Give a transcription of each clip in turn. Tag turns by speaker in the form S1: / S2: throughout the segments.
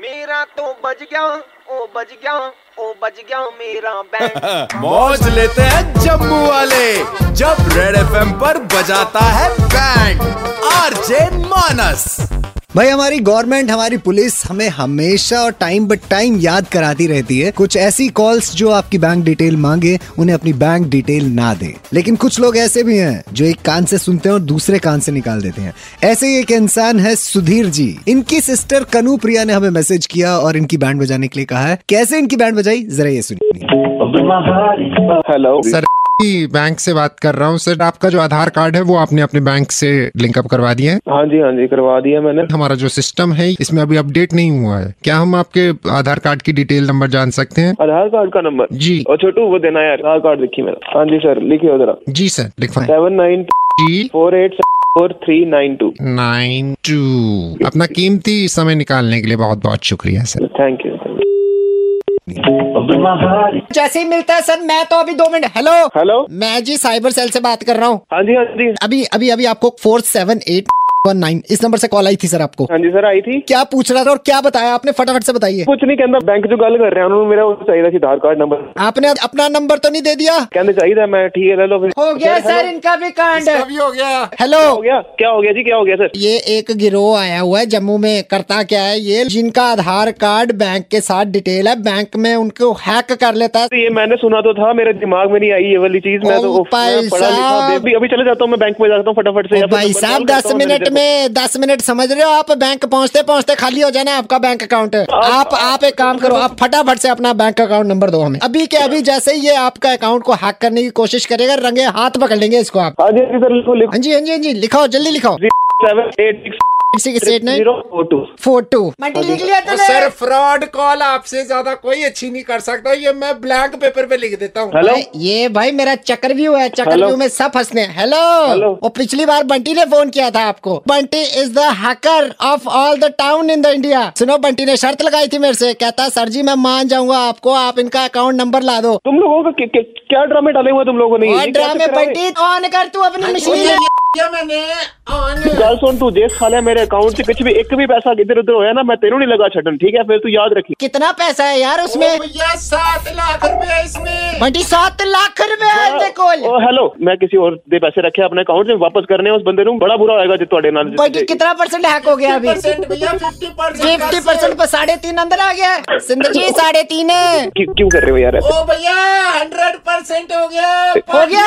S1: मेरा तो बज गया ओ बज गया ओ बज गया मेरा बैंड
S2: मौज लेते हैं जम्मू वाले जब रेड एफएम पर बजाता है बैंड आरजे मानस
S3: भाई हमारी गवर्नमेंट हमारी पुलिस हमें हमेशा और टाइम बट टाइम याद कराती रहती है कुछ ऐसी कॉल्स जो आपकी बैंक डिटेल मांगे उन्हें अपनी बैंक डिटेल ना दें लेकिन कुछ लोग ऐसे भी हैं जो एक कान से सुनते हैं और दूसरे कान से निकाल देते हैं ऐसे ही एक इंसान है सुधीर जी इनकी सिस्टर कनु प्रिया ने हमें मैसेज किया और इनकी बैंड बजाने के लिए कहा है कैसे इनकी बैंड बजाई जरा ये सुनिए
S4: हेलो
S5: सर की बैंक से बात कर रहा हूँ सर आपका जो आधार कार्ड है वो आपने अपने बैंक से लिंकअप करवा दिया है
S4: हाँ जी हाँ जी करवा दिया मैंने
S5: हमारा जो सिस्टम है इसमें अभी अपडेट नहीं हुआ है क्या हम आपके आधार कार्ड की डिटेल नंबर जान सकते हैं
S4: आधार कार्ड का नंबर
S5: जी।
S4: और छोटू वो देना यार आधार कार्ड लिखी मेरा हाँ जी सर लिखियो जरा
S5: जी सर लिखवाएं
S4: seven nine
S5: G
S4: four eight four three nine two
S5: nine two अपना कीमती समय निकालने के लिए बहुत बहुत शुक्रिया सर
S4: थैंक यू
S6: जैसे ही मिलता है सर मैं तो अभी दो मिनट हेलो
S4: हेलो
S6: मैं जी साइबर सेल से बात कर रहा हूँ
S4: हाँ जी हाँ जी
S6: अभी अभी अभी आपको four seven eight one nine इस नंबर से कॉल आई थी सर आपको
S4: हाँ जी सर आई थी
S6: क्या पूछ रहा था और क्या बताया आपने फटाफट से बताइए
S4: ਕੁਝ ਨਹੀਂ ਕਹਿੰਦਾ ਬੈਂਕ ਚੋਂ ਗੱਲ ਕਰ ਰਿਹਾ ਉਹਨਾਂ ਨੂੰ ਮੇਰਾ ਉਹ ਚਾਹੀਦਾ ਸੀ ਆਧਾਰ ਕਾਰਡ ਨੰਬਰ
S6: आपने अपना नंबर तो नहीं दे दिया
S4: ਕਹਿੰਦੇ ਚਾਹੀਦਾ मैं ठीक है ले लो फिर
S6: हो गया सर इनका भी कांड
S5: हो गया
S7: तो
S6: हेलो
S4: हो गया क्या हो गया जी क्या हो गया सर
S6: ये एक गिरोह आया हुआ है जम्मू में करता क्या है ये जिनका आधार कार्ड बैंक के साथ डिटेल है बैंक में उनको हैक कर लेता है
S4: ये मैंने सुना तो था मेरे दिमाग में नहीं आई ये वाली चीज मैं तो
S6: ओ
S4: उफ, मैं
S6: भाई
S4: पढ़ा लिखा
S6: साहब।
S4: बेबी अभी चले जाता हूँ मैं बैंक में जाता हूँ फटाफट से
S6: ओ
S4: या फिर
S6: भाई
S4: नंबर
S6: साहब
S4: डाल देता
S6: दस
S4: हूँ, मैंने
S6: मिनट
S4: तो देखो।
S6: में दस मिनट समझ रहे हो आप बैंक पहुंचते पहुंचते खाली हो जाना आपका बैंक अकाउंट आप आप एक काम करो आप फटाफट से अपना बैंक अकाउंट नंबर दो हमें अभी के अभी जैसे ही ये आपका अकाउंट को हैक करने की कोशिश करेगा रंगे हाथ पकड़ लेंगे इसको आप
S4: हाँ जी हाँ जी सर लिखो लिखो
S6: हाँ जी हाँ जी हाँ जी लिखाओ जल्दी लिखाओ
S4: seven eight six zero four two
S6: four two लिख लिया था
S5: सर फ्रॉड कॉल आपसे ज्यादा कोई अच्छी नहीं कर सकता ये मैं ब्लैंक पेपर पे लिख देता हूँ
S4: हेलो
S6: भाई, ये भाई मेरा चक्रव्यू है
S4: हेलो।
S6: चक्रव्यू में सब हंसने हैं। Hello
S4: hello.
S6: और पिछली बार बंटी ने फोन किया था आपको Bunty is the hacker of all the town in the India सुनो बंटी ने शर्त लगाई थी मेरे से कहता सर जी मैं मान जाऊंगा आपको आप इनका अकाउंट नंबर ला दो
S4: तुम लोगों का क्या- क्या- क्या ड्रामे डाले हुए हैं तुम लोगों ने तो ये
S6: और
S4: क्या
S6: ड्रामे
S4: चक्कर है?
S6: बंटी ऑन कर तू
S5: हाँ
S6: अपनी मशीन
S4: ਗੱਲ ਸੁਣ ਤੂੰ ਜੇ ਸਾਲਿਆ ਮੇਰੇ ਅਕਾਊਂਟ 'ਚ ਕੁਝ ਵੀ ਇੱਕ ਵੀ ਪੈਸਾ ਇੱਧਰ ਉੱਧਰ ਹੋਇਆ ਨਾ ਮੈਂ ਤੈਨੂੰ ਨਹੀਂ ਲਗਾ ਛੱਡਣ ਠੀਕ ਹੈ ਫਿਰ ਤੂੰ ਯਾਦ ਰੱਖੀ
S6: कितना पैसा है यार उसमें
S5: सात लाख रुपए इसमें
S6: बंटी सात लाख रुपए है
S4: हाँ,
S6: देखो
S4: ਉਹ ਹੈਲੋ ਮੈਂ ਕਿਸੇ ਹੋਰ ਦੇ ਪੈਸੇ ਰੱਖੇ ਆਪਣੇ ਅਕਾਊਂਟ 'ਚ ਵਾਪਸ ਕਰਨੇ ਆ ਉਸ ਬੰਦੇ ਨੂੰ ਬੜਾ ਬੁਰਾ ਹੋਏਗਾ ਜੇ ਤੁਹਾਡੇ ਨਾਲ
S6: बंटी कितना परसेंट हैक हो गया अभी फिफ्टी परसेंट पर साढ़े तीन अंदर आ गया है। सिंधु जी साढ़े तीन है
S4: क्यों क्यों कर रहे हो यार ऐसे?
S5: ओ भैया हंड्रेड परसेंट हो गया
S6: हो गया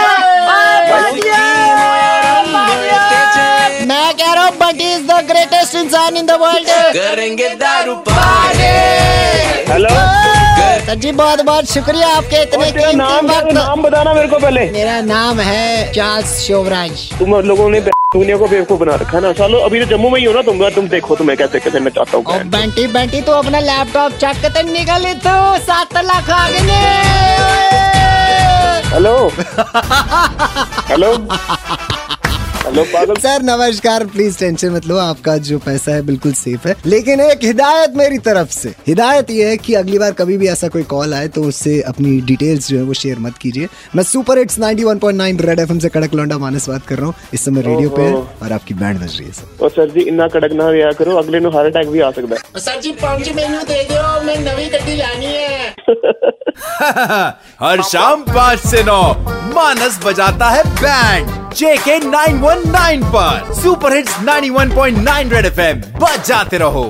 S6: बाप रे! बाप रे! मैं कह रहा हूँ बट इज द ग्रेटेस्ट इंसान इन द वर्ल्ड
S7: करेंगे दारू पारे
S4: हेलो
S6: सर जी बहुत बहुत शुक्रिया आपके इतने
S4: और तेरा नाम
S6: कीमती
S4: क्या है?
S6: वक्त
S4: नाम बताना मेरे को पहले
S6: मेरा नाम है चार्ल्स शोभराज
S4: तुम लोगों ने दुनिया को बेवकूफ बना रखा है ना सालो अभी तो जम्मू में ही हो ना तुम तुम देखो तुम्हें कैसे कैसे मैं चाहता
S6: और
S4: हूँ
S6: बंटी बंटी तो अपना लैपटॉप चक कर निकल तो सात लाख आ गए ने। ओए।
S4: हेलो हेलो हेलो पागल
S3: सर नमस्कार प्लीज टेंशन मत लो आपका जो पैसा है बिल्कुल सेफ है लेकिन एक हिदायत मेरी तरफ से हिदायत ये है कि अगली बार कभी भी ऐसा कोई कॉल आए तो उससे अपनी डिटेल्स जो है वो शेयर मत कीजिए मैं सुपर हिट्स 91.9 रेड एफएम से कड़क लौंडा मानस बात कर रहा हूँ इस समय रेडियो पे है
S4: Oh.
S3: और आपकी बैंड बज रही है सर
S4: ਉਹ ਸਰ ਜੀ ਇੰਨਾ ਕੜਕ ਨਾ ਰਿਹਾ ਕਰੋ ਅਗਲੇ ਨੂੰ ਹਾਰਟ ਅਟੈਕ ਵੀ ਆ ਸਕਦਾ ਹੈ।
S5: सर जी पाँच मेनू दे दो मैं नवी गड्डी लानी है
S2: हाँ, हर शाम पाँच से नौ मानस बजाता है बैंड जेके 919 पर सुपर हिट्स 91.9 रेड एफएम बजाते रहो